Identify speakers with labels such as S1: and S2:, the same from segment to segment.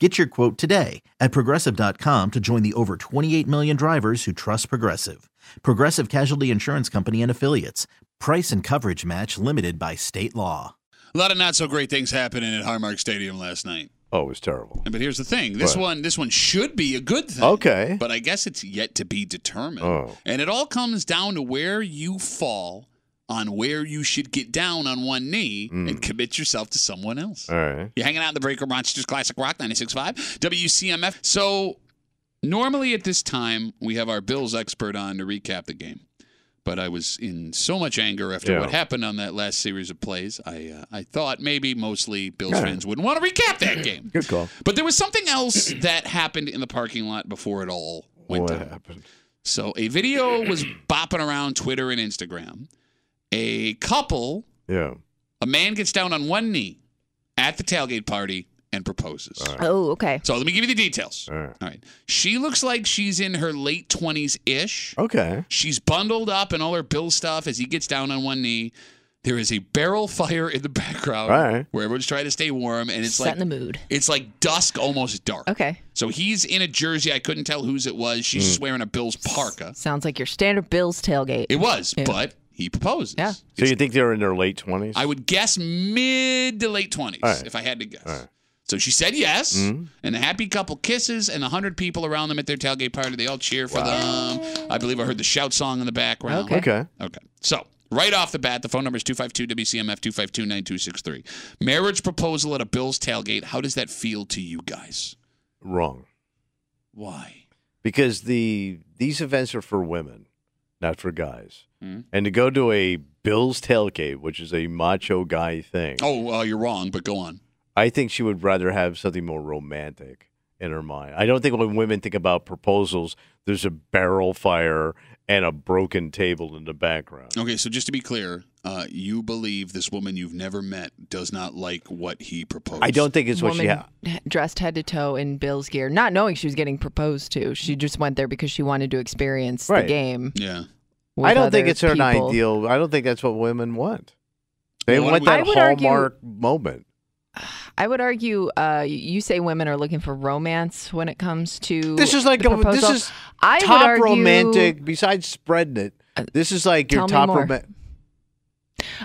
S1: Get your quote today at progressive.com to join the over 28 million drivers who trust Progressive. Progressive Casualty Insurance Company and Affiliates. Price and coverage match limited by state law.
S2: A lot of not so great things happening at Highmark Stadium last night.
S3: Oh, it was terrible.
S2: And- But here's the thing: this
S3: What?
S2: one, this one should be a good thing.
S3: Okay.
S2: but I guess it's yet to be determined.
S3: Oh.
S2: And it all comes down to where you fall on where you should get down on one knee
S3: Mm.
S2: and commit yourself to someone else.
S3: All right.
S2: You're hanging out in the break room, Rochester's Classic Rock 96.5, WCMF. So, normally at this time, we have our Bills expert on to recap the game. But I was in so much anger after
S3: Yeah.
S2: what happened on that last series of plays. I uh, I thought maybe mostly Bills
S3: Yeah.
S2: fans wouldn't want to recap that game.
S3: Good call.
S2: But there was something else that happened in the parking lot before it all went
S3: what
S2: down.
S3: happened?
S2: So a video was bopping around Twitter and Instagram. A couple,
S3: Yeah.
S2: a man gets down on one knee at the tailgate party and proposes.
S3: All right.
S4: Oh, okay.
S2: So let me give you the details.
S3: All right.
S2: All right. She looks like she's in her late 20s ish.
S3: Okay.
S2: She's bundled up in all her Bill stuff as he gets down on one knee. There is a barrel fire in the background
S3: All right.
S2: where everyone's trying to stay warm, and it's like
S4: Setting the mood.
S2: it's like dusk, almost dark.
S4: Okay.
S2: So he's in a jersey. I couldn't tell whose it was.
S3: Hmm.
S2: She's just wearing a Bills parka.
S4: Sounds like your standard Bills tailgate.
S2: It was,
S4: Yeah.
S2: but he proposes.
S4: Yeah.
S3: So you think they were in their late twenties?
S2: I would guess mid to late 20s
S3: All right.
S2: if I had to guess.
S3: All right. Mm-hmm.
S2: So she said yes, and the happy couple kisses, and 100 people around them at their tailgate party. They all cheer for them. I believe I heard the shout song in the background.
S4: Okay.
S3: Okay.
S2: Okay. So, right off the bat, the phone number is 252 WCMF 252 9263. Marriage proposal at a Bills tailgate. How does that feel to you guys?
S3: Wrong.
S2: Why?
S3: Because the these events are for women, not for guys.
S2: Mm.
S3: And to go to a Bill's tailgate, which is a macho guy thing,
S2: Oh, well, you're wrong, but go on.
S3: I think she would rather have something more romantic in her mind. I don't think when women think about proposals, there's a barrel fire and a broken table in the background.
S2: Okay, so just to be clear, uh, you believe this woman you've never met does not like what he proposed.
S3: I don't think it's what she
S4: Woman
S3: had.
S4: dressed head to toe in Bills gear, not knowing she was getting proposed to. She just went there because she wanted to experience
S3: Right.
S4: the game.
S2: Yeah.
S4: with
S3: I don't
S4: other
S3: think it's an
S4: people.
S3: ideal. I don't think that's what women want. They
S2: Well, why
S3: want
S2: don't we-
S3: that
S4: I would argue-
S3: hallmark moment.
S4: I would argue uh, you say women are looking for romance when it comes to
S3: This is like
S4: the
S3: a, this
S4: proposal.
S3: is
S4: I would
S3: top
S4: argue- Uh,
S3: romantic. Besides spreading it, this is like your
S4: tell me
S3: top
S4: more.
S3: romantic.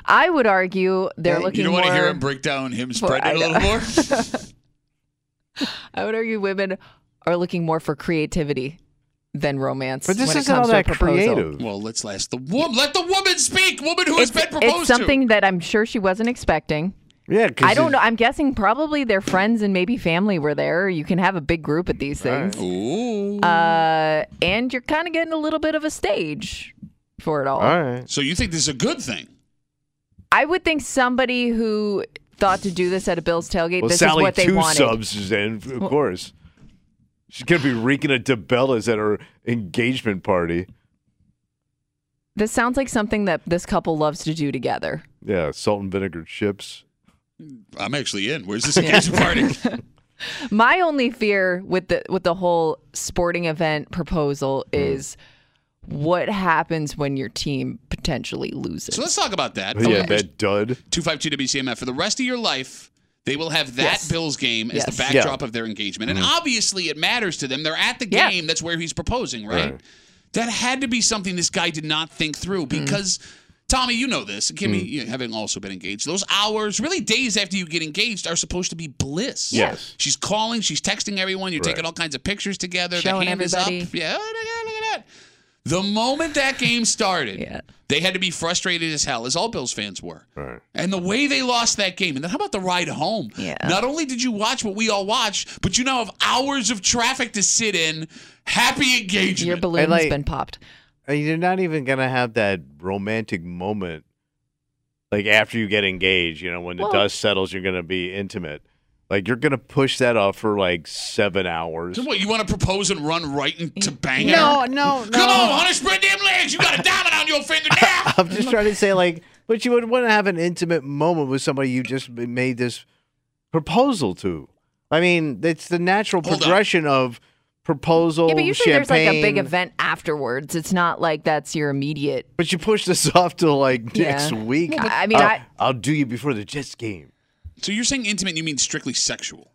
S4: I would argue they're
S3: You
S4: looking
S2: You don't want to hear
S4: more-
S2: him break down him
S4: for-
S2: spreading it a
S4: I
S2: little
S4: know.
S2: more?
S4: I would argue women are looking more for creativity than romance.
S3: But this
S4: when it
S3: isn't
S4: comes
S3: all
S4: to a
S3: that
S4: proposal.
S3: creative.
S2: well, let's last the woman. Let the woman speak. Woman who has been proposed
S4: it's something that I'm sure she wasn't expecting.
S3: yeah, 'cause
S4: I don't
S3: it-
S4: know. I'm guessing probably their friends and maybe family were there. You can have a big group at these
S3: All right.
S4: things.
S2: to. Ooh.
S4: Uh, and you're kind of getting a little bit of a stage for it all.
S3: All right.
S2: so you think this is a good thing?
S4: I would think somebody who thought to do this at a Bills tailgate,
S3: Well,
S4: this
S3: Sally
S4: is what they
S3: Two
S4: wanted.
S3: Subs is in, of course. She's gonna be reeking at DeBellas at her engagement party.
S4: This sounds like something that this couple loves to do together.
S3: Yeah, salt and vinegar chips.
S2: I'm actually in. Where's this engagement party?
S4: My only fear with the with the whole sporting event proposal
S3: Hmm.
S4: is what happens when your team potentially loses.
S2: So let's talk about that.
S4: Oh,
S3: Yeah, that dud.
S2: 252 WCMF. For the rest of your life, they will have that
S4: Yes.
S2: Bills game as
S4: Yes. Mm-hmm.
S2: the backdrop of their engagement. And obviously, it matters to them. They're at the
S4: Yeah.
S2: game. That's where he's proposing, right?
S3: Right.
S4: Mm-hmm.
S2: That had to be something this guy did not think through because Tommy, you know this. Kimmy, you having also been engaged, those hours, really days after you get engaged, are supposed to be bliss.
S3: Yes.
S2: She's calling, she's texting everyone, you're
S3: Right.
S2: taking all kinds of pictures together,
S4: Showing
S2: the hand is up.
S4: everybody.
S2: Yeah, look at, look at that. The moment that game started,
S4: Yeah.
S2: they had to be frustrated as hell, as all Bills fans were.
S3: Right.
S2: And the way they lost that game, and then how about the ride home?
S4: Yeah.
S2: Not only did you watch what we all watched, but you now have hours of traffic to sit in. Happy engagement.
S4: Your balloon's
S3: like-
S4: been popped.
S3: And you're not even gonna have that romantic moment, like after you get engaged. You know, when the
S4: Well-
S3: dust settles, you're gonna be intimate. Like you're gonna push that off for like seven hours.
S2: So what, you want to propose and run right into bang her?
S3: No, no, no.
S2: Come on, honey, spread them legs. You got a diamond on your finger now.
S3: I'm just trying to say, like, but you would want to have an intimate moment with somebody you just m- made this proposal to. I mean, it's the natural
S2: Hold on.
S3: progression of proposal.
S4: Yeah, but usually there's like a big
S3: oh, champagne,
S4: event afterwards. It's not like that's your immediate.
S3: But you push this off to like
S4: Yeah.
S3: next week.
S4: Yeah, I mean,
S3: I'll,
S4: I-
S3: will do you before the Jets game.
S2: so you're saying intimate, you mean strictly sexual?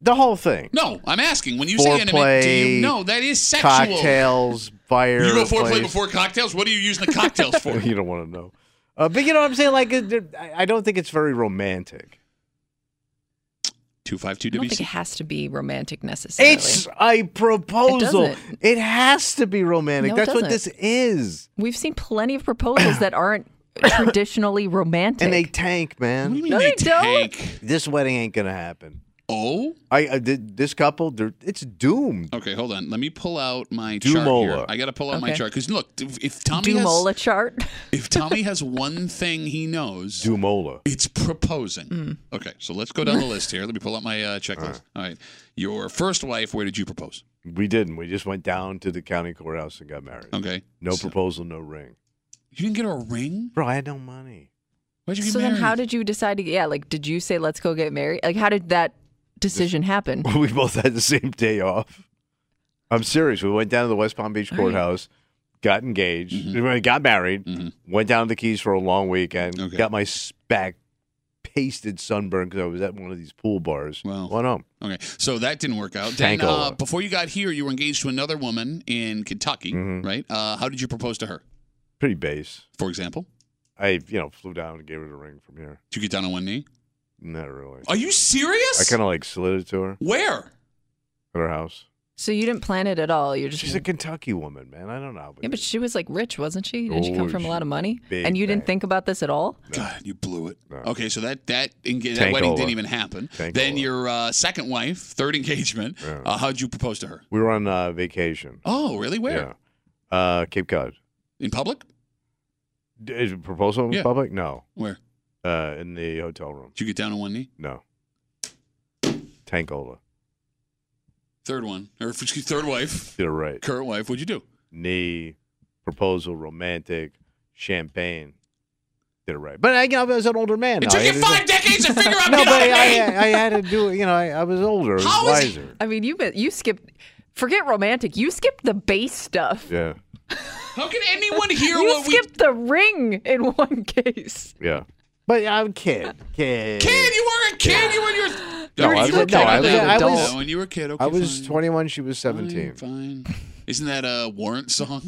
S3: The whole thing.
S2: No, I'm asking. When you say intimate, do
S3: Foreplay,
S2: you know that is sexual?
S3: Cocktails, fire.
S2: You go foreplay
S3: place.
S2: before cocktails? What are you using the cocktails for?
S3: you don't want to know. Uh, but you know what I'm saying? Like, it- it- I I don't think it's very romantic.
S2: 252
S4: I don't think it
S2: WC.
S4: has to be romantic necessarily.
S3: It's a proposal. It,
S4: doesn't.
S3: has to be romantic.
S4: No, it
S3: That's what this
S4: doesn't.
S3: is.
S4: We've seen plenty of proposals that aren't traditionally romantic.
S3: And they tank,
S2: What do you
S3: man.
S2: mean
S4: No,
S2: they,
S4: they don't.
S2: tank?
S3: This wedding ain't gonna happen.
S2: Oh?
S3: I uh, th- this couple, they're, it's doomed.
S2: Okay, hold on. Let me pull out my chart here.
S3: Dumola.
S2: I got to pull out my
S4: Okay.
S2: chart because look, if if Tommy
S4: do
S2: has,
S4: Mola chart.
S2: if Tommy has one thing he knows,
S3: Dumola.
S2: It's proposing.
S4: Mm.
S2: Okay, so let's go down the list here. Let me pull up my uh, checklist. All right. Your first wife, where did you propose?
S3: We didn't. We just went down to the county courthouse and got married.
S2: Okay.
S3: No
S2: So-
S3: proposal, no ring.
S2: You didn't get her a ring?
S3: Bro, I had no money.
S2: Why'd you get
S4: so
S2: married?
S4: then, how did you decide to? Yeah, like, did you say let's go get married? Like, how did that decision happen?
S3: We both had the same day off. I'm serious. We went down to the West Palm Beach
S4: All right.
S3: courthouse, got engaged,
S2: Mm-hmm.
S3: we got married, went down to the Keys for a long weekend,
S2: Okay.
S3: got my s- back pasted sunburn because I was at one of these pool bars.
S2: Wow.
S3: Went home.
S2: Okay, so that didn't work out. Then,
S3: Tankola.
S2: uh, before you got here, you were engaged to another woman in Kentucky,
S3: Mhm.
S2: right? Uh, how did you propose to her,
S3: Pretty base.
S2: for example?
S3: I, you know, flew down and gave her the ring from here.
S2: Did you get down on one knee?
S3: Not really.
S2: Are you serious?
S3: I kind of like slid it to her
S2: Where?
S3: at her house.
S4: So you didn't plan it at all. You're just
S3: She's a Kentucky woman, man. I don't know. how we
S4: yeah, but
S3: did.
S4: she was like rich, wasn't she? Didn't she
S3: Oh,
S4: come from
S3: she-
S4: a lot of money?
S3: big
S4: And you didn't
S3: bag.
S4: think about this at all?
S2: God, you blew it.
S3: No.
S2: Okay, so that that enga- that
S3: Tank
S2: wedding
S3: over.
S2: didn't even happen.
S3: Tank
S2: then
S3: over.
S2: your uh, second wife, third engagement.
S3: Yeah.
S2: Uh, how'd you propose to her?
S3: we were on uh, vacation.
S2: Oh, really? Where?
S3: Yeah. Uh, Cape Cod.
S2: In public?
S3: D- is it proposal in
S2: Yeah.
S3: public? No.
S2: Where?
S3: Uh, in the hotel room.
S2: Did you get down on one knee?
S3: No. Tankola.
S2: Third one, or excuse, me, third wife,
S3: You're right.
S2: current wife. What'd you do?
S3: Knee, proposal, romantic, champagne. They're right. But I, you know, I was an older man.
S2: It
S3: now.
S2: took
S3: I
S2: you
S3: had to-
S2: five decades to figure out.
S3: No,
S2: get
S3: but
S2: on
S3: I,
S2: a knee!
S3: I, I had to do it. You know, I, I was older. I was
S2: How is-
S3: wiser.
S4: I mean, you been, you skipped. Forget romantic. You skipped the base stuff.
S3: Yeah.
S2: How can anyone hear
S4: you
S2: what
S4: skipped the ring in one case.
S3: Yeah. But I'm kid. Kid.
S2: we? Kid, you were a kid. You were your. you
S3: No, I
S2: were a
S3: was-
S2: kid.
S3: no, I was-
S2: now.
S3: I was-
S2: No, when you were a kid. Okay,
S3: I was
S2: fine.
S3: 21. She was
S2: Fine,
S3: 17.
S2: Fine. Isn't that a warrant song?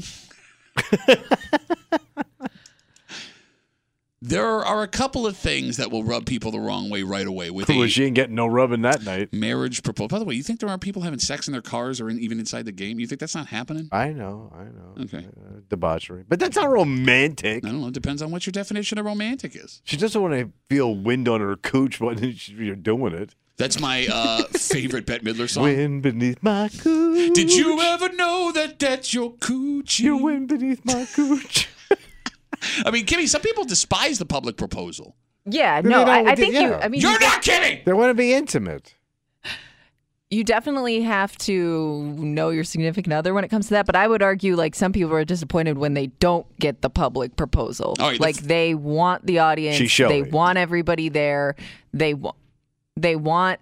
S2: there are a couple of things that will rub people the wrong way right away with
S3: Well,
S2: a
S3: she ain't getting no rubbing that night.
S2: marriage proposal. By the way, you think there aren't people having sex in their cars or in, even inside the game? You think that's not happening?
S3: I know. I know.
S2: Okay.
S3: Uh, debauchery. But that's not romantic.
S2: I don't know. It depends on what your definition of romantic is.
S3: She doesn't want to feel wind on her cooch when she- you're doing it.
S2: That's my uh, favorite Bette Midler song.
S3: Wind beneath my cooch.
S2: Did you ever know that that's your coochie?
S3: Your wind beneath my cooch.
S2: I mean, Kimmy, some people despise the public proposal.
S4: Yeah,
S3: They
S4: no,
S3: don't-
S4: I, I
S3: they-
S4: think you.
S3: yeah.
S4: I mean, you,
S2: You're
S4: de-
S2: not kidding.
S3: they want to be intimate.
S4: you definitely have to know your significant other when it comes to that. But I would argue, like, some people are disappointed when they don't get the public proposal.
S2: All right, the
S4: like,
S2: f-
S4: they want the audience.
S3: She's showing.
S4: They want everybody there. They want. They want.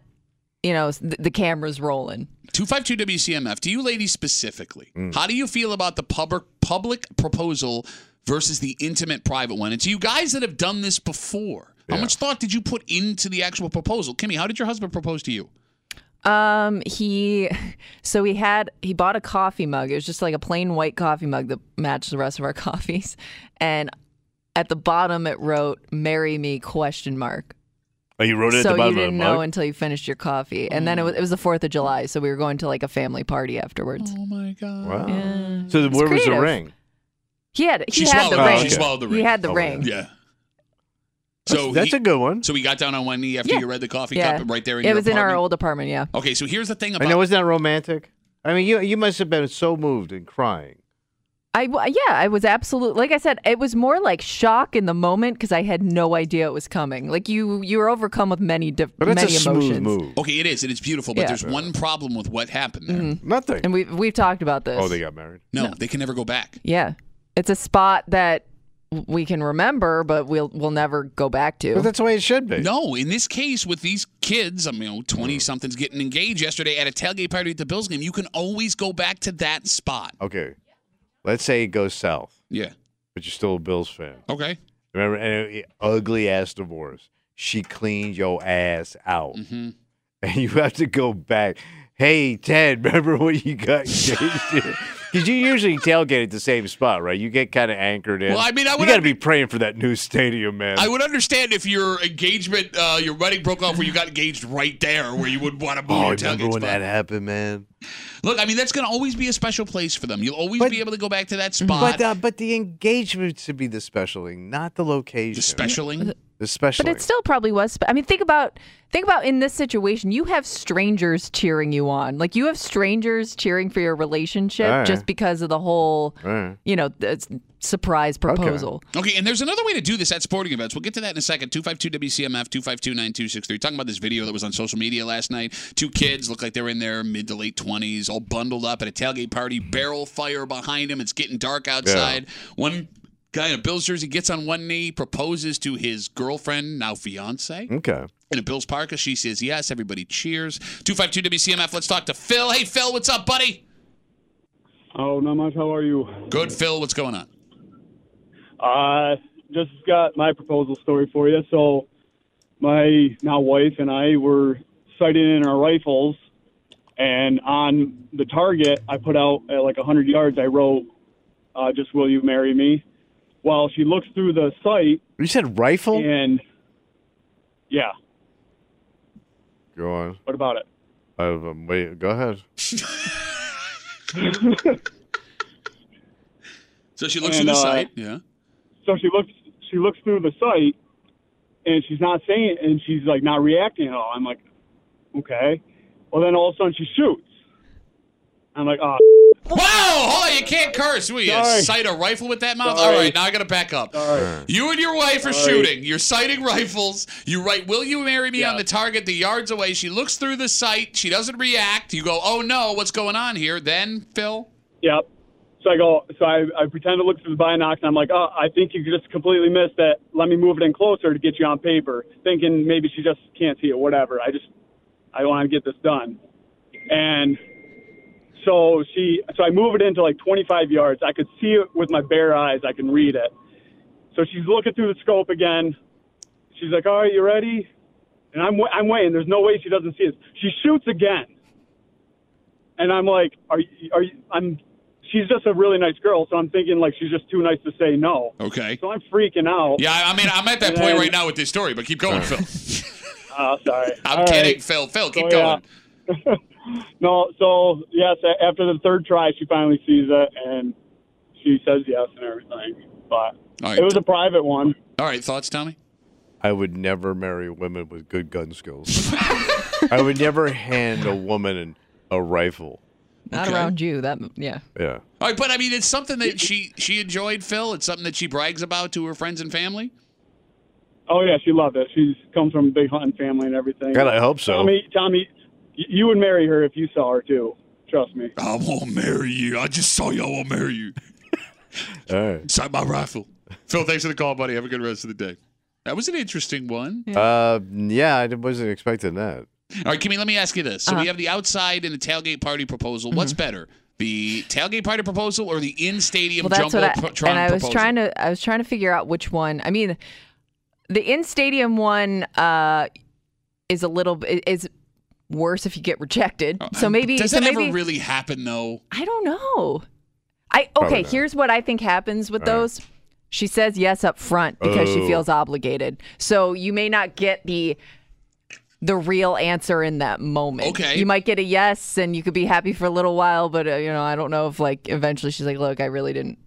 S4: You know, s- the, the cameras rolling.
S2: 252 WCMF, to you ladies specifically,
S3: Mm.
S2: how do you feel about the public public proposal versus the intimate private one? And to you guys that have done this before, how
S3: Yeah.
S2: much thought did you put into the actual proposal? Kimmy, how did your husband propose to you?
S4: Um, he, so he had he bought a coffee mug. It was just like a plain white coffee mug that matched the rest of our coffees, and At the bottom, it wrote "Marry me?" question mark.
S3: Oh, you wrote it at
S4: so
S3: the bottom
S4: you didn't
S3: of the mug?
S4: know until you finished your coffee, and
S2: Mm.
S4: then it was it was the Fourth of July, so we were going to like a family party afterwards.
S2: Oh my god.
S3: Wow.
S4: Yeah.
S3: So
S4: It's
S3: where was the
S4: creative.
S3: ring?
S4: He had he
S2: She
S4: had
S2: swallowed
S4: the
S2: it. Oh,
S4: ring.
S2: She swallowed the
S4: He
S2: ring.
S4: had the
S3: Oh,
S4: ring.
S2: Yeah. So
S3: that's
S2: he,
S3: a good one.
S2: So he got down on one knee after
S4: Yeah.
S2: you read the coffee
S4: Yeah.
S2: cup right there in
S4: it
S2: your
S4: was in our
S2: apartment?
S4: old apartment. Yeah.
S2: Okay, so here's the thing
S3: I
S2: about
S3: know, isn't that romantic? I mean, you you must have been so moved and crying.
S4: I w- yeah, I was absolute. Like I said, it was more like shock in the moment because I had no idea it was coming. Like you, you were overcome with many diff-
S3: But that's
S4: many
S3: a smooth
S4: emotions. Oh.
S3: move.
S2: Okay, it is, and it's beautiful, but
S4: Yeah. Mm-hmm.
S2: there's one problem with what happened there.
S3: Nothing.
S4: And we've we've talked about this.
S3: Oh, they got married.
S2: No, they can never go back.
S4: yeah. It's a spot that w- we can remember, but we'll we'll never go back to.
S3: But that's the way it should be.
S2: No, in this case with these kids, I mean,
S3: Mm.
S2: twenty somethings getting engaged yesterday at a tailgate party at the Bills game, you can always go back to that spot.
S3: Okay. Let's say it goes south,
S2: Yeah.
S3: but you're still a Bills fan.
S2: Okay.
S3: Remember, and it- ugly ass divorce. She cleaned your ass out,
S2: Mm-hmm.
S3: and you have to go back. Hey, Ted, remember when you got Because you usually tailgate at the same spot, right? You get kind of anchored in.
S2: Well, I mean, I
S3: you
S2: would
S3: got to be praying for that new stadium, man.
S2: I would understand if your engagement, uh, your wedding broke off where you got engaged right there, where you would want to move
S3: oh,
S2: your
S3: remember
S2: tailgate spot.
S3: when that happened, man?
S2: Look, I mean, that's going to always be a special place for them. You'll always
S3: But-
S2: be able to go back to that
S3: But
S2: spot.
S3: uh, but the engagement should be the specialing, not the location.
S2: the specialing.
S3: The specialing.
S4: but it still probably was. sp- I mean, think about think about in this situation, you have strangers cheering you on. Like you have strangers cheering for your relationship
S3: All right.
S4: just because of the whole,
S3: Right.
S4: you know, th- it's surprise proposal.
S2: Okay, and there's another way to do this at sporting events. We'll get to that in a second. 252-WCMF, 252-9263. Talking about this video that was on social media last night. Two kids look like they're in their mid to late 20s, all bundled up at a tailgate party, barrel fire behind them. It's getting dark outside. One guy in a Bills jersey gets on one knee, proposes to his girlfriend, now fiance.
S3: Okay.
S2: In a Bills parka, she says yes. Everybody cheers. 252-WCMF, let's talk to Phil. Hey, Phil, what's up, buddy?
S5: Oh, not much. How are you?
S2: Good, Phil. What's going on?
S5: Uh, just got my proposal story for you. So, my now wife and I were sighting in our rifles, and on the target I put out at like 100 yards, I wrote, uh, "Just will you marry me?" While she looks through the sight,
S3: You said rifle?
S5: and yeah,
S3: Go on.
S5: what about it?
S3: I, um, wait, go ahead.
S2: So she looks
S5: And,
S2: in the
S5: uh,
S2: site. Yeah.
S5: so she looks she looks through the site and she's not saying and she's like not reacting at all. I'm like, okay. Well then all of a sudden she shoots. I'm like, oh
S2: Whoa! Hold on, you can't curse. Will you
S5: Sorry.
S2: sight a rifle with that mouth?
S5: Sorry.
S2: All right, now I gotta back up.
S5: Sorry.
S2: You and your wife are
S5: Sorry.
S2: shooting. You're sighting rifles. You write, "Will you marry me?" on
S5: Yeah.
S2: the target, the yards away. She looks through the sight. She doesn't react. You go, "Oh no, what's going on here?" Then Phil,
S5: yep. So I go so I, I pretend to look through the binocs and I'm like, oh, I think you just completely missed that. Let me move it in closer to get you on paper, thinking maybe she just can't see it, whatever. I just I want to get this done. And so she so I move it into like 25 yards. I could see it with my bare eyes. I can read it. So she's looking through the scope again. She's like, "All right, you ready?" And I'm wa- I'm waiting. There's no way she doesn't see us. She shoots again. And I'm like, "Are you, are you I'm she's just a really nice girl, so I'm thinking like she's just too nice to say no."
S2: okay.
S5: So I'm freaking out.
S2: Yeah, I I mean, I'm at that
S5: And
S2: point
S5: then-
S2: right now with this story, but keep going, Phil.
S5: Oh, sorry.
S2: I'm
S5: All
S2: kidding,
S5: right.
S2: Phil. Phil, keep
S5: So,
S2: going.
S5: yeah. no, so yes, a- after the third try, she finally sees it and she says yes and everything. But
S2: All right.
S5: it was a private one.
S2: All right, thoughts, Tommy?
S3: I would never marry women with good gun skills. I would never hand a woman a rifle.
S4: Not
S2: Okay.
S4: around you. That yeah.
S3: Yeah.
S2: All right, but I mean, it's something that she she enjoyed, Phil. It's something that she brags about to her friends and family.
S5: Oh yeah, she loved it. She's comes from a big hunting family and everything.
S3: God, I hope so.
S5: Tommy, Tommy, y- you would marry her if you saw her too. Trust me.
S2: I won't marry you. I just saw you. I won't marry you.
S3: All right.
S2: Sight my rifle. Phil, thanks for the call, buddy. Have a good rest of the day. That was an interesting one.
S3: Uh, yeah, I wasn't expecting that.
S2: All right, Kimmy, let me ask you this. So
S4: Uh-huh.
S2: we have the outside and the tailgate party proposal. What's
S4: Mm-hmm.
S2: better, the tailgate party proposal or the in-stadium
S4: Well, that's
S2: jumbo
S4: what I
S2: pro-
S4: and
S2: Tron
S4: I was
S2: proposal?
S4: trying to I was trying to figure out which one. I mean, the in stadium one uh, is a little b- is worse if you get rejected. So maybe
S2: Oh, Does
S4: so
S2: that
S4: maybe
S2: ever really happen, though?
S4: I don't know. I
S3: Probably
S4: okay.
S3: not.
S4: Here's what I think happens with
S3: All right.
S4: those. She says yes up front because she
S3: Oh.
S4: feels obligated. So you may not get the the real answer in that moment.
S2: Okay.
S4: You might get a yes and you could be happy for a little while, but uh, you know, I don't know if like eventually she's like, "Look, I really didn't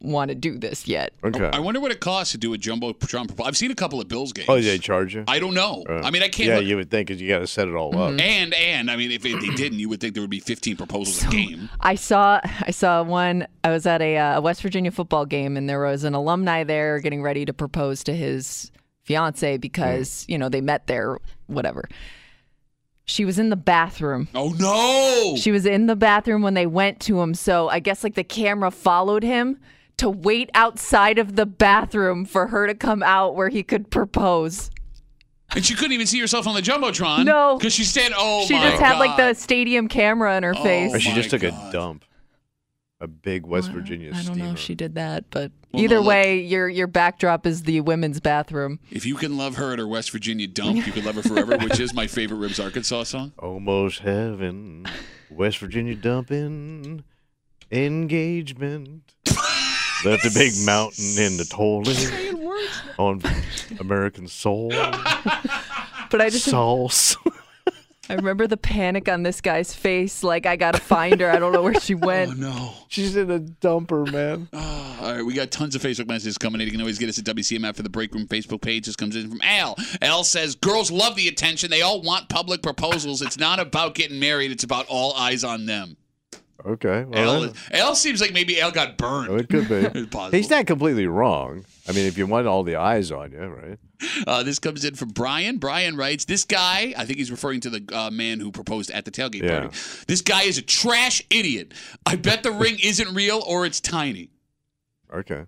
S4: want to do this yet."
S3: Okay.
S2: I wonder what it costs to do a jumbo Trump. I've seen a couple of Bills games.
S3: oh, they charge you?
S2: I don't know. I mean, I can't.
S3: Yeah,
S2: look- Mm-hmm.
S3: you would think because you got to set it all up.
S2: And and I mean, if it, they didn't, you would think there would be 15 proposals a game.
S4: I saw I saw one. I was at a uh, West Virginia football game, and there was an alumni there getting ready to propose to his fiance because you know they met there, whatever. She was in the bathroom.
S2: Oh no!
S4: She was in the bathroom when they went to him, so I guess like the camera followed him to wait outside of the bathroom for her to come out where he could propose.
S2: and she couldn't even see herself on the jumbotron.
S4: No.
S2: because she said, "Oh
S4: she
S2: my
S4: just had like the
S2: God.
S4: stadium camera in her
S2: Oh.
S4: face.
S3: Or she
S2: my
S3: just took
S2: God.
S3: a dump. A big West
S4: Well,
S3: Virginia
S4: I don't
S3: steamer.
S4: know if she did that, but
S2: Well,
S4: either
S2: no, look-
S4: way, your your backdrop is the women's bathroom.
S2: If you can love her at her West Virginia dump, you can love her forever, which is my favorite Ribs Arkansas song.
S3: Almost heaven. West Virginia dumping. Engagement. Left a big mountain in the toilet. On American soul.
S4: But I just
S3: Sauce.
S4: I remember the panic on this guy's face. Like I gotta find her. I don't know where she
S2: Oh
S4: went.
S2: no!
S3: She's in a dumper, man.
S2: Ah, all right, we got tons of Facebook messages coming in. You can always get us at WCMF for the break room Facebook page. This comes in from Al. Al says, "Girls love the attention. They all want public proposals. It's not about getting married. It's about all eyes on them."
S3: Okay.
S2: Al,
S3: Well,
S2: is- Al seems like maybe Al got burned.
S3: it could be.
S2: It's possible.
S3: He's not completely wrong. I mean, if you want all the eyes on you, right?
S2: Uh, this comes in from Brian. Brian writes, "This guy, I think he's referring to the uh, man who proposed at the tailgate
S3: Yeah.
S2: party. This guy is a trash idiot. I bet the ring isn't real or it's tiny."
S3: Okay.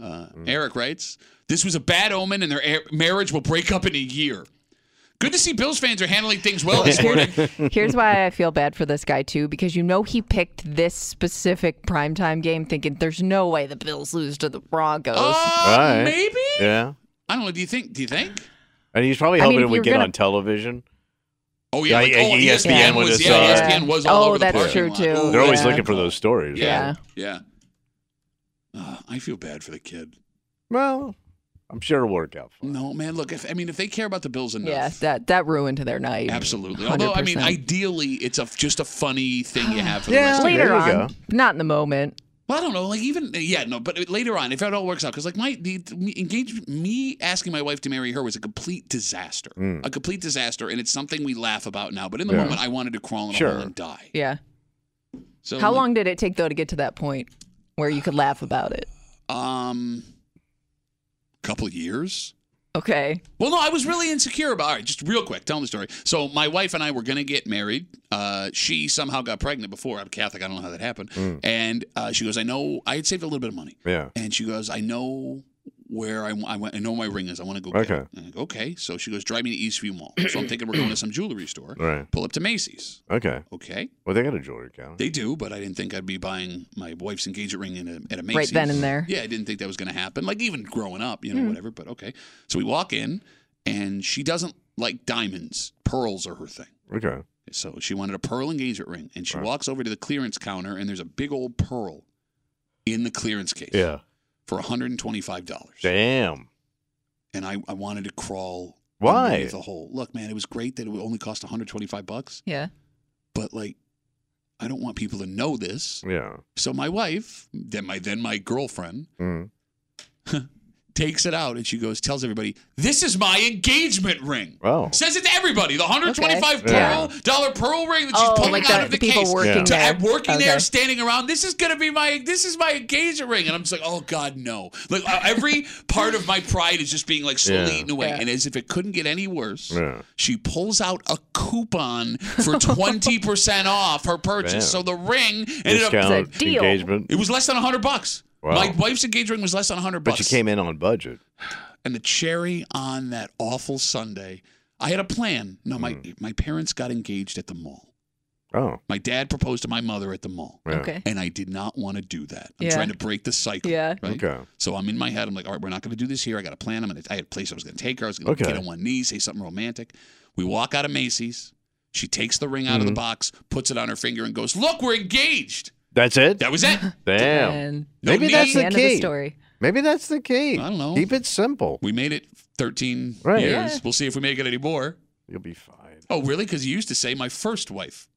S2: Uh,
S3: Mm.
S2: Eric writes, "This was a bad omen, and their air- marriage will break up in a year." Good to see Bills fans are handling things well this morning.
S4: Here's why I feel bad for this guy too, because you know he picked this specific primetime game thinking there's no way the Bills lose to the Broncos.
S2: Uh,
S3: All right.
S2: Maybe
S3: Yeah.
S2: I don't know. Do you think? Do you think?
S3: And he's probably
S4: I mean,
S3: hoping
S4: if
S3: it would
S4: you're
S3: get
S4: gonna-
S3: on television.
S2: Oh yeah,
S3: Yeah,
S2: like,
S3: yeah, E
S2: oh, ESPN, was,
S3: ESPN would have
S2: yeah, E
S3: saw it.
S2: ESPN was all
S4: Oh,
S2: over the
S4: that's
S2: parking
S4: true,
S2: lot.
S4: too.
S2: Ooh,
S3: They're always
S2: yeah.
S3: looking for those stories.
S2: Yeah,
S4: Yeah.
S2: yeah. Uh, I feel bad for the kid.
S3: Well, I'm sure it'll work out. fine.
S2: No, man. Look, if I mean, if they care about the Bills enough,
S4: yeah, that that ruined their night.
S2: absolutely. Although, I mean,
S4: 100%.
S2: ideally, it's a just a funny thing you have for the
S3: Yeah.
S2: rest. Of
S4: later
S3: There you
S4: on,
S3: go.
S4: not in the moment.
S2: well, I don't know. Like even yeah, no. But later on, if it all works out, because like my the me- engagement, me asking my wife to marry her was a complete disaster, a complete disaster, and it's something we laugh about now. But in the
S3: Mm. Yeah.
S2: moment, I wanted to crawl in a
S3: Sure.
S2: hole and die.
S4: Yeah.
S2: So
S4: How long did it take though to get to that point where you could laugh about it?
S2: Um, couple years.
S4: Okay.
S2: Well, no, I was really insecure about. All right, just real quick, tell them the story. So, my wife and I were going to get married. Uh, she somehow got pregnant before. I'm Catholic. I don't know how that happened. And uh, she goes, "I know. I had saved a little bit of money."
S3: Mm. Yeah.
S2: And she goes, "I know where I, wa- I, wa- I know my ring is. I want to go." Get it.
S3: Okay.
S2: And I go, okay. So she goes, "Drive me to Eastview Mall." So I'm thinking we're going to some jewelry store.
S3: Right.
S2: Pull up to Macy's.
S3: Okay.
S2: Okay,
S3: Well, they got a jewelry counter.
S2: they do, but I didn't think I'd be buying my wife's engagement ring in a, at a Macy's
S4: Right then and there. Hmm.
S2: yeah, I didn't think that was going to happen. Like even growing up, you know, whatever. But okay, so we walk in, and she doesn't like diamonds. Pearls are her thing.
S3: Okay.
S2: So she wanted a pearl engagement ring, and she
S3: Right.
S2: walks over to the clearance counter, and there's a big old pearl in the clearance case
S3: Yeah.
S2: for 125 dollars.
S3: Damn.
S2: And I, I wanted to crawl.
S3: Why?
S2: underneath The whole look, man. It was great that it would only cost 125 bucks,
S4: Yeah.
S2: but like, I don't want people to know this.
S3: Yeah.
S2: So my wife, then my then my girlfriend,
S3: Mm.
S2: takes it out and she goes, tells everybody, "This is my engagement ring."
S3: Wow.
S2: Says it to everybody. The 125
S3: Okay.
S2: pearl dollar pearl ring that she's
S4: Oh,
S2: pulling
S4: like
S2: out
S4: the-
S2: of the,
S4: the people
S2: case.
S4: working
S2: To-
S4: there.
S2: I'm working there,
S4: Okay.
S2: standing around. This is gonna be my this is my engagement ring, and I'm just like, oh god, no. Like uh, every part of my pride is just being like slowly
S3: Yeah.
S2: eaten away,
S4: Yeah.
S2: and as if it couldn't get any worse.
S3: Yeah.
S2: She pulls out a coupon for 20% off her purchase.
S3: Man.
S2: So the ring ended up
S3: Discount
S4: It's a deal.
S3: engagement.
S2: it was less than 100 bucks.
S3: Wow.
S2: My wife's engagement ring was less than 100
S3: But
S2: bucks.
S3: you came in on budget.
S2: And the cherry on that awful Sunday, I had a plan. No, my
S3: Hmm.
S2: my parents got engaged at the mall.
S3: Oh.
S2: My dad proposed to my mother at the mall.
S3: Yeah.
S4: Okay.
S2: And I did not want to do that. I'm
S4: Yeah.
S2: trying to break the cycle.
S4: Yeah.
S2: Right?
S3: Okay.
S2: So I'm in my head. I'm like, all right, we're not going to do this here. I got a plan. I'm gonna, I had a place I was going to take her. I was going to
S3: Okay.
S2: get on one knee, say something romantic. We walk out of Macy's. She takes the ring out
S3: Mm-hmm.
S2: of the box, puts it on her finger, and goes, "Look, we're engaged."
S3: That's it?
S2: That was it.
S3: Damn.
S4: And
S2: No
S3: Maybe
S2: need.
S3: that's
S4: the
S3: the
S4: end of
S3: key.
S4: the story.
S3: Maybe that's the key.
S2: I don't know.
S3: Keep it simple.
S2: We made it 13
S3: Right.
S2: years.
S4: Yeah.
S2: We'll see if we make it any more.
S3: You'll be fine.
S2: Oh, really? Because you used to say my first wife,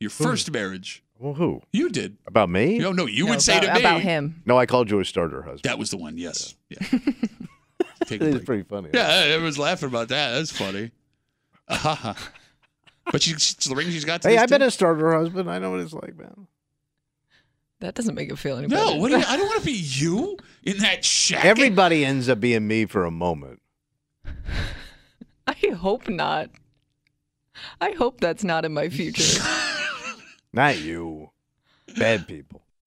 S2: your first marriage.
S3: Well, who?
S2: You did.
S3: About me?
S2: No, no, you
S4: No,
S2: would say
S4: about,
S2: to me
S4: about him.
S3: No, I called you a starter husband.
S2: That was the one. Yes. Yeah. Take a
S3: It's
S2: break.
S3: pretty funny.
S2: Yeah, everyone's laughing about that. That's funny. Ah. but she, she, the ring she's got. To
S3: Hey,
S2: this
S3: I've been
S2: day-
S3: a starter husband. I know what it's like, man.
S4: That doesn't make it feel any better.
S2: No, what do you, I don't want to be you in that shack.
S3: Everybody ends up being me for a moment.
S4: I hope not. I hope that's not in my future.
S3: Not you. Bad people.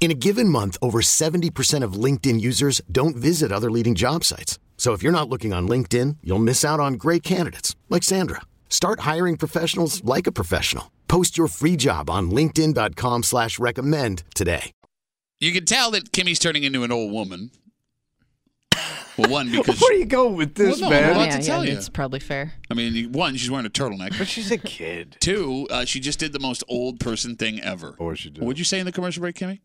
S6: In a given month, over 70% of LinkedIn users don't visit other leading job sites. So if you're not looking on LinkedIn, you'll miss out on great candidates like Sandra. Start hiring professionals like a professional. Post your free job on linkedin.com/recommend slash recommend today.
S2: You can tell that Kimmy's turning into an old woman. Well, one because
S3: Where do you go with this,
S2: Well, no,
S3: man?
S2: Well,
S4: yeah,
S2: to tell
S4: yeah,
S2: ya.
S4: it's probably fair.
S2: I mean, you- one she's wearing a turtleneck.
S3: But she's a kid.
S2: Two, uh, she just did the most old person thing ever.
S3: Or Oh, she did.
S2: What'd you say in the commercial break, Kimmy?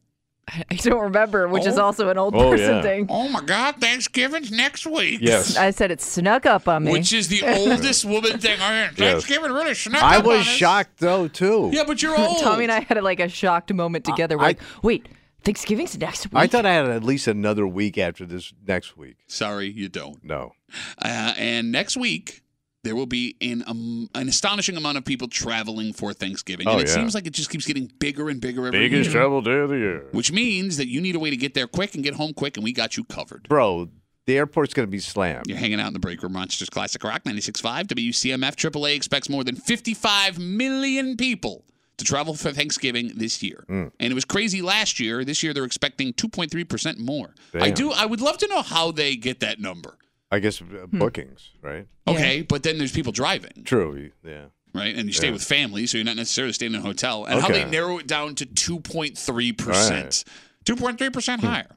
S4: I I don't remember, which is
S2: Oh.
S4: also an old
S3: Oh,
S4: person
S3: yeah.
S4: thing.
S2: Oh my God, Thanksgiving's next week.
S3: Yes.
S4: I said it snuck up on me.
S2: Which is the oldest woman thing I heard.
S3: Yes.
S2: Thanksgiving really snuck
S3: I
S2: up on
S3: was
S2: us.
S3: shocked though too.
S2: Yeah, but you're old.
S4: Tommy and I had like a shocked moment together. We're
S3: I-
S4: like, wait, Thanksgiving's next week.
S3: I thought I had at least another week after this next week.
S2: Sorry, you don't.
S3: No.
S2: Uh, and next week, there will be an, um, an astonishing amount of people traveling for Thanksgiving.
S3: Oh,
S2: and it
S3: yeah.
S2: seems like it just keeps getting bigger and bigger every year.
S3: travel day of the year.
S2: Which means that you need a way to get there quick and get home quick, and we got you covered.
S3: Bro, the airport's gonna be slammed.
S2: You're hanging out in the break room, Monsters Classic Rock 96.5. WCMF AAA expects more than 55 million people to travel for Thanksgiving this year.
S3: Mm.
S2: And it was crazy last year. This year, they're expecting 2.3% more. I
S3: Damn.
S2: do. I would love to know how they get that number.
S3: I guess uh,
S2: Hmm.
S3: bookings, right?
S2: Okay, but then there's people driving,
S3: True. Yeah.
S2: right? And you stay with family, so you're not necessarily staying in a hotel. And how
S3: Okay.
S2: they narrow it down to 2.3%. 2.3%
S3: Hmm.
S2: higher.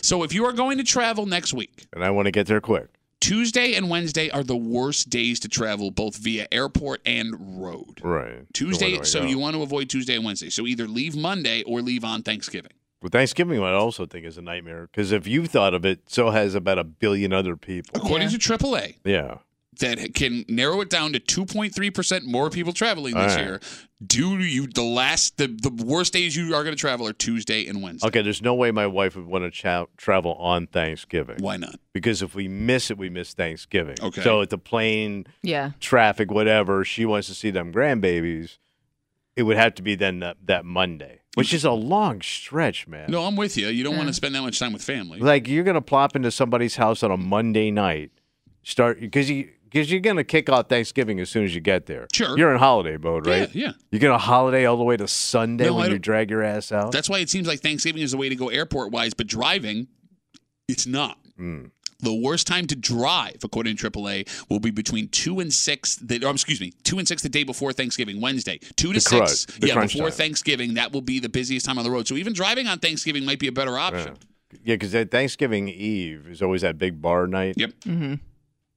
S2: So if you are going to travel next week,
S3: And I want to get there quick.
S2: Tuesday and Wednesday are the worst days to travel both via airport and road.
S3: Right.
S2: Tuesday, so you want to avoid Tuesday and Wednesday. So either leave Monday or leave on Thanksgiving.
S3: Well, Thanksgiving, I also think is a nightmare because if you've thought of it, so has about a billion other people.
S2: According to AAA,
S3: Yeah.
S2: that can narrow it down to 2.3% more people traveling this
S3: All right.
S2: year due to you the last the, the worst days you are going to travel are Tuesday and Wednesday.
S3: Okay. There's no way my wife would want to cha- travel on Thanksgiving
S2: Why not?
S3: because if we miss it, we miss Thanksgiving.
S2: Okay.
S3: So at the plane
S4: yeah.
S3: traffic, whatever, she wants to see them grandbabies. It would have to be then that, that Monday, which is a long stretch, man.
S2: No, I'm with you. You don't want to spend that much time with family.
S3: like you're gonna plop into somebody's house on a Monday night, start because you because you're gonna kick off Thanksgiving as soon as you get there.
S2: Sure.
S3: you're in holiday mode, right?
S2: Yeah, yeah.
S3: You're gonna holiday all the way to Sunday
S2: No, I
S3: when you
S2: don't-
S3: drag your ass out.
S2: That's why it seems like Thanksgiving is the way to go airport wise, but driving, it's not.
S3: Hmm.
S2: The worst time to drive, according to AAA, will be between two and six. The, or, excuse me, two and six the day before Thanksgiving, Wednesday. Two to
S3: The crud,
S2: six,
S3: the
S2: yeah,
S3: crunch
S2: before
S3: time.
S2: Thanksgiving, that will be the busiest time on the road. So even driving on Thanksgiving might be a better option.
S4: mm-hmm.
S3: yeah, because Thanksgiving Eve is always that big bar night.
S2: Yep.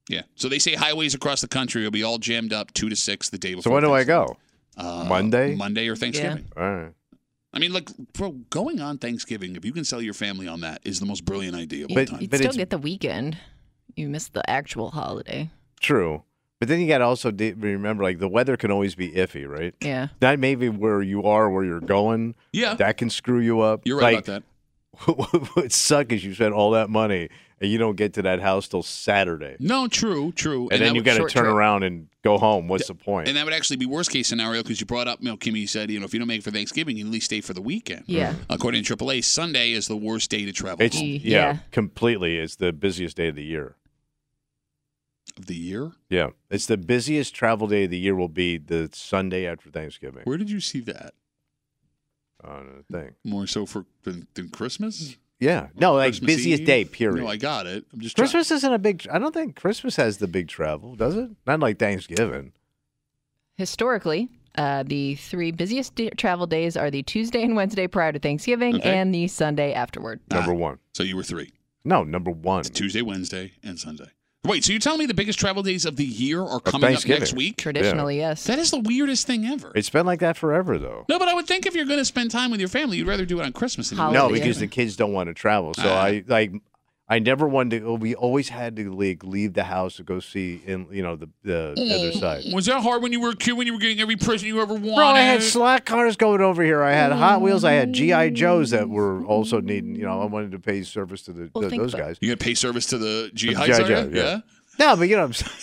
S2: Yeah. So they say highways across the country will be all jammed up two to six the day before.
S3: So when do I
S2: Thanksgiving.
S3: go?
S2: Uh,
S3: Monday?
S2: Monday or Thanksgiving.
S3: All right.
S2: I mean, like, bro, going on Thanksgiving, if you can sell your family on that, is the most brilliant idea of
S4: You-
S2: all
S3: But-
S2: time.
S4: you'd
S3: but
S4: still
S3: it's-
S4: get the weekend. You missed the actual holiday.
S3: True. But then you got to also de- remember, like, the weather can always be iffy, right?
S4: Yeah.
S3: That maybe where you are, where you're going,
S2: Yeah.
S3: that can screw you up.
S2: You're right
S3: like,
S2: about that.
S3: What would suck is you spent all that money and you don't get to that house till Saturday.
S2: No, true, true.
S3: And,
S2: that
S3: then you
S2: would-
S3: got to
S4: short
S3: turn
S4: trip.
S3: around and go home. What's the point?
S2: And that would actually be worst case scenario because you brought up, you know, Kimmy said, you know, if you don't make it for Thanksgiving, you at least stay for the weekend.
S4: Yeah.
S2: According to AAA, Sunday is the worst day to travel
S3: it's,
S4: Y-
S3: yeah,
S4: yeah.
S3: completely. It's the busiest day of the year.
S2: of the year.
S3: Yeah. It's the busiest travel day of the year will be the Sunday after Thanksgiving.
S2: Where did you see that?
S3: on a thing.
S2: More so for than, than Christmas.
S3: Yeah. No, like
S2: Christmas
S3: busiest
S2: Eve?
S3: day, period.
S2: No, I got it. I'm just
S3: Christmas isn't a big. I don't think Christmas has the big travel, does it? Not like Thanksgiving.
S4: Historically, uh, the three busiest d- travel days are the Tuesday and Wednesday prior to Thanksgiving
S2: Okay.
S4: and the Sunday afterward.
S3: Number one.
S2: So you were three.
S3: No, number one.
S2: It's Tuesday, Wednesday, and Sunday. Wait, so you're telling me the biggest travel days of the year are coming up
S3: Thanksgiving.
S2: next week?
S4: Traditionally, yes.
S2: That is the weirdest thing ever.
S3: It's been like that forever, though.
S2: no, but I would think if you're going to spend time with your family, you'd rather do it on Christmas. Than you
S4: No,
S2: would
S3: No,
S4: yeah.
S3: because the kids don't want to travel. So
S2: Ah.
S3: I like. I never wanted to. We always had to like leave the house to go see in you know the the other side.
S2: Was that hard when you were a kid? When you were getting every present you ever wanted?
S3: Bro, I had slot cars going over here. I had Hot Wheels. I had GI Joes that were also needing. You know, I wanted to pay service to the,
S4: Well,
S3: th-
S4: think
S3: those
S4: about-
S3: guys.
S2: you going to pay service to the GI?
S3: G.I.
S2: sorry?
S3: Joe, yeah. No, but you know, what I'm saying.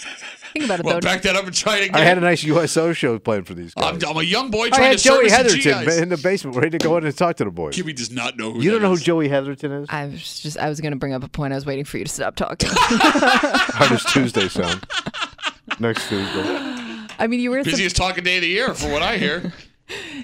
S4: Think about it
S2: Well,
S4: though.
S2: back that up and try it again.
S3: I had a nice USO show planned for these guys.
S2: I'm, I'm a young boy
S3: I
S2: trying
S3: had
S2: to
S3: Joey
S2: service the
S3: Heatherton
S2: GIs.
S3: in the basement ready to go in and talk to the boys.
S2: Kimmy does not know who.
S3: you
S2: that
S3: don't know who
S2: is.
S3: Joey Heatherton is?
S4: I was just I was going to bring up a point. I was waiting for you to stop talking.
S3: How does Tuesday sound? Next Tuesday.
S4: I mean, you were su-
S2: Busiest talking day of the year, from what I hear.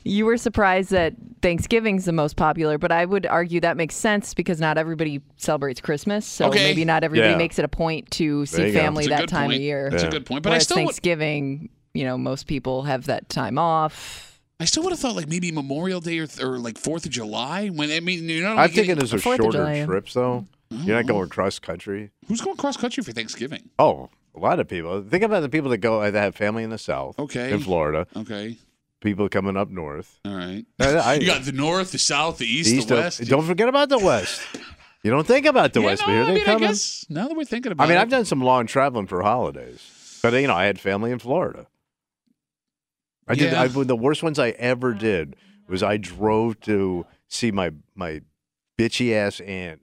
S4: you were surprised that Thanksgiving's the most popular, but I would argue that makes sense because not everybody celebrates Christmas, so
S2: Okay.
S4: maybe not everybody
S3: Yeah.
S4: makes it a point to
S3: There
S4: see
S3: you go.
S4: family
S2: It's a
S4: that
S2: good
S4: time
S2: point.
S4: of year.
S2: That's a
S3: Yeah.
S2: good point. But I
S4: Whereas
S2: still, would,
S4: Thanksgiving, you know, most people have that time off.
S2: I still would have thought like maybe Memorial Day or, or like Fourth of July. When I mean, Oh, you know,
S3: I'm thinking those are
S4: Fourth of July.
S3: shorter trips, though.
S2: Mm-hmm.
S3: You're not going cross country.
S2: who's going cross country for Thanksgiving?
S3: Oh, a lot of people. Think about the people that go that have family in the South,
S2: Okay.
S3: in Florida.
S2: Okay,
S3: People coming up north.
S2: all right.
S3: I- I-
S2: you got the north, the south, the east,
S3: the
S2: the
S3: of-
S2: west.
S3: Don't forget about the West. You don't think about the
S2: Yeah,
S3: West,
S2: no,
S3: but here
S2: I
S3: they
S2: mean, I
S3: come.
S2: guess now that we're thinking about
S3: I mean,
S2: it,
S3: I've done some long traveling for holidays, but you know, I had family in Florida. I did.
S2: Yeah. Oh.
S3: I, the worst ones I ever did was I drove to see my my bitchy ass aunt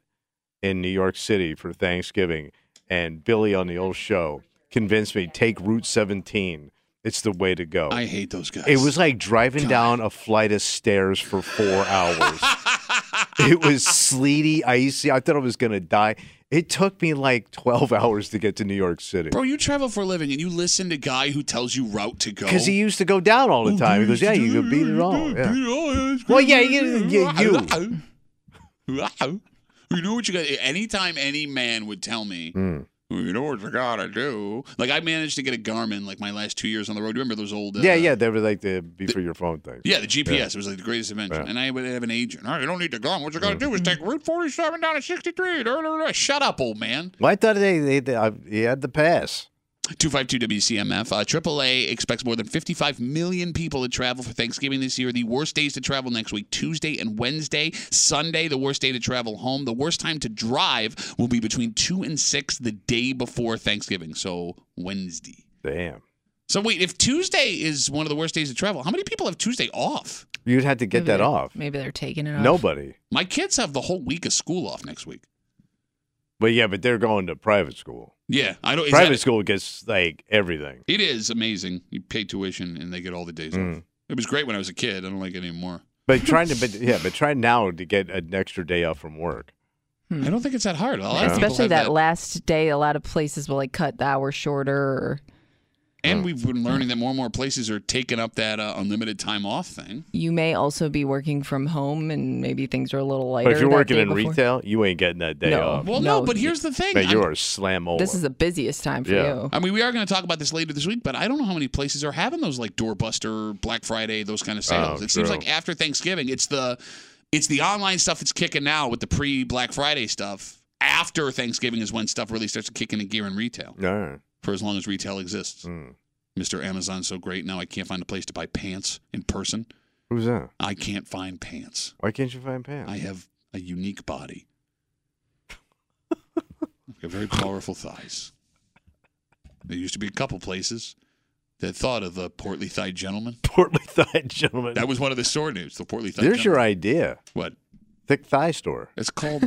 S3: in New York City for Thanksgiving, and Billy on the old show convinced me take Route 17. It's the way to go.
S2: I hate those guys.
S3: It was like driving down a flight of stairs for four hours. it was sleety, icy. I thought I was going to die. It took me like 12 hours to get to New York City.
S2: bro. You travel for a living and you listen to guy who tells you route to go
S3: Because he used to go down all the
S2: Oh,
S3: time. He goes, Yeah, you could beat it all. Yeah. Well, yeah, you- yeah, you.
S2: you. You know what you got? Anytime any man would tell me,
S3: Mm.
S2: you know what you gotta do. Like I managed to get a Garmin like my last two years on the road. You remember those old? Uh,
S3: Yeah, yeah. They were like the be for your phone thing.
S2: Yeah, the GPS it was like the greatest invention.
S3: Yeah. Mm.
S2: And I would have an agent. All right, you don't need the gun. What you got to do is take Route 47 down to 63. Da, da, da. Shut up, old man.
S3: Well, I thought they, they, they I, he had the pass.
S2: 252WCMF. Uh, AAA expects more than 55 million people to travel for Thanksgiving this year. The worst days to travel next week Tuesday and Wednesday. Sunday, the worst day to travel home. The worst time to drive will be between 2 and 6 the day before Thanksgiving. So, Wednesday.
S3: Damn.
S2: So, wait, if Tuesday is one of the worst days to travel, how many people have Tuesday off?
S3: You'd have to get
S4: Maybe
S3: that
S4: they're-
S3: off.
S4: Maybe they're taking it off.
S3: Nobody.
S2: My kids have the whole week of school off next week.
S3: But yeah, but they're going to private school.
S2: Yeah, I don't. is
S3: private
S2: that-
S3: school gets like everything.
S2: It is amazing. You pay tuition and they get all the days off.
S3: Mm.
S2: It was great when I was a kid. I don't like it anymore.
S3: But trying to, but yeah, but try now to get an extra day off from work.
S4: Hmm.
S2: I don't think it's that hard. A lot of people
S4: Especially
S2: have
S4: that, last day, a lot of places will like cut the hour shorter. Or
S2: and we've been learning that more and more places are taking up that uh, unlimited time off thing.
S4: you may also be working from home, and maybe things are a little lighter.
S3: but if you're
S4: that
S3: working
S4: day
S3: in
S4: before.
S3: retail, you ain't getting that day
S4: No.
S3: off.
S2: Well, no,
S4: No,
S2: but
S4: y-
S2: here's the thing.
S3: Man, you
S2: I'm-
S3: are slam over.
S4: this is the busiest time for
S3: Yeah.
S4: you.
S2: I mean, we are going to talk about this later this week, but I don't know how many places are having those like doorbuster, Black Friday, those kind of sales.
S3: Oh,
S2: it seems
S3: true.
S2: like after Thanksgiving, it's the it's the online stuff that's kicking now with the pre Black Friday stuff. After Thanksgiving is when stuff really starts kicking in gear in retail.
S3: All right.
S2: for as long as retail exists.
S3: Mm.
S2: Mr. Amazon's so great now I can't find a place to buy pants in person.
S3: Who's that?
S2: I can't find pants.
S3: Why can't you find pants?
S2: I have a unique body. I've got very powerful thighs. There used to be a couple places that thought of the portly thighed gentleman.
S3: portly thigh gentleman.
S2: That was one of the store news, the portly thighed
S3: There's your
S2: gentleman.
S3: idea.
S2: What?
S3: Thick thigh store.
S2: It's called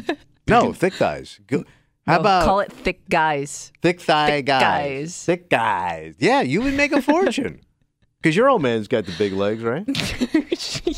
S3: No, thick thighs. Go- How
S4: No,
S3: about
S4: Oh, call it thick guys?
S3: thick thigh
S4: thick
S3: guys?
S4: guys.
S3: Thick guys. Yeah, you would make a fortune. Because your old man's got the big legs, right?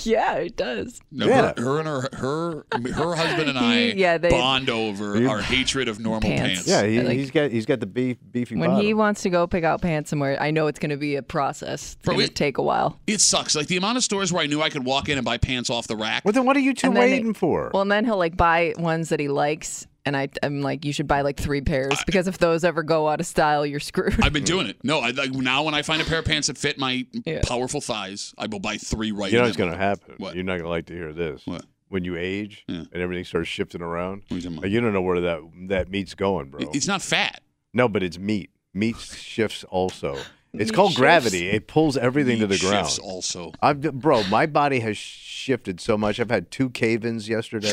S4: yeah, it does.
S2: No,
S3: Yeah.
S2: her, her and her her her husband and I
S4: He- yeah, they-
S2: bond over
S3: You-
S2: our hatred of normal pants.
S4: Pants.
S3: Yeah, he,
S4: I like-
S3: he's got he's got the beef beefy
S4: When
S3: bottom.
S4: he wants to go pick out pants somewhere, I know it's going to be a process. It's
S2: Bro,
S4: going to
S2: it-
S4: take a while.
S2: It sucks. Like the amount of stores where I knew I could walk in and buy pants off the rack.
S3: well, then what are you two
S4: And then they-
S3: waiting for?
S4: Well, and then he'll like buy ones that he likes, and I, I'm like, you should buy like three pairs because if those ever go out of style, you're screwed.
S2: I've been doing it. No, I like now when I find a pair of pants that fit my
S4: Yeah.
S2: powerful thighs, I will buy three right.
S3: you know
S2: in
S3: what's
S2: that
S3: going to
S2: moment.
S3: happen.
S2: What?
S3: You're not going to like to hear this.
S2: What?
S3: When you age
S2: Yeah.
S3: and everything starts shifting around,
S2: What are you talking about?
S3: like, you don't know where that that meat's going, bro.
S2: It- It's not fat.
S3: no, but it's meat. Meat shifts also. It's
S4: Meat
S3: called
S4: shifts.
S3: gravity. It pulls everything to the
S2: Meat
S3: ground.
S2: Shifts also.
S3: I've bro, my body has shifted so much. I've had two cave-ins yesterday.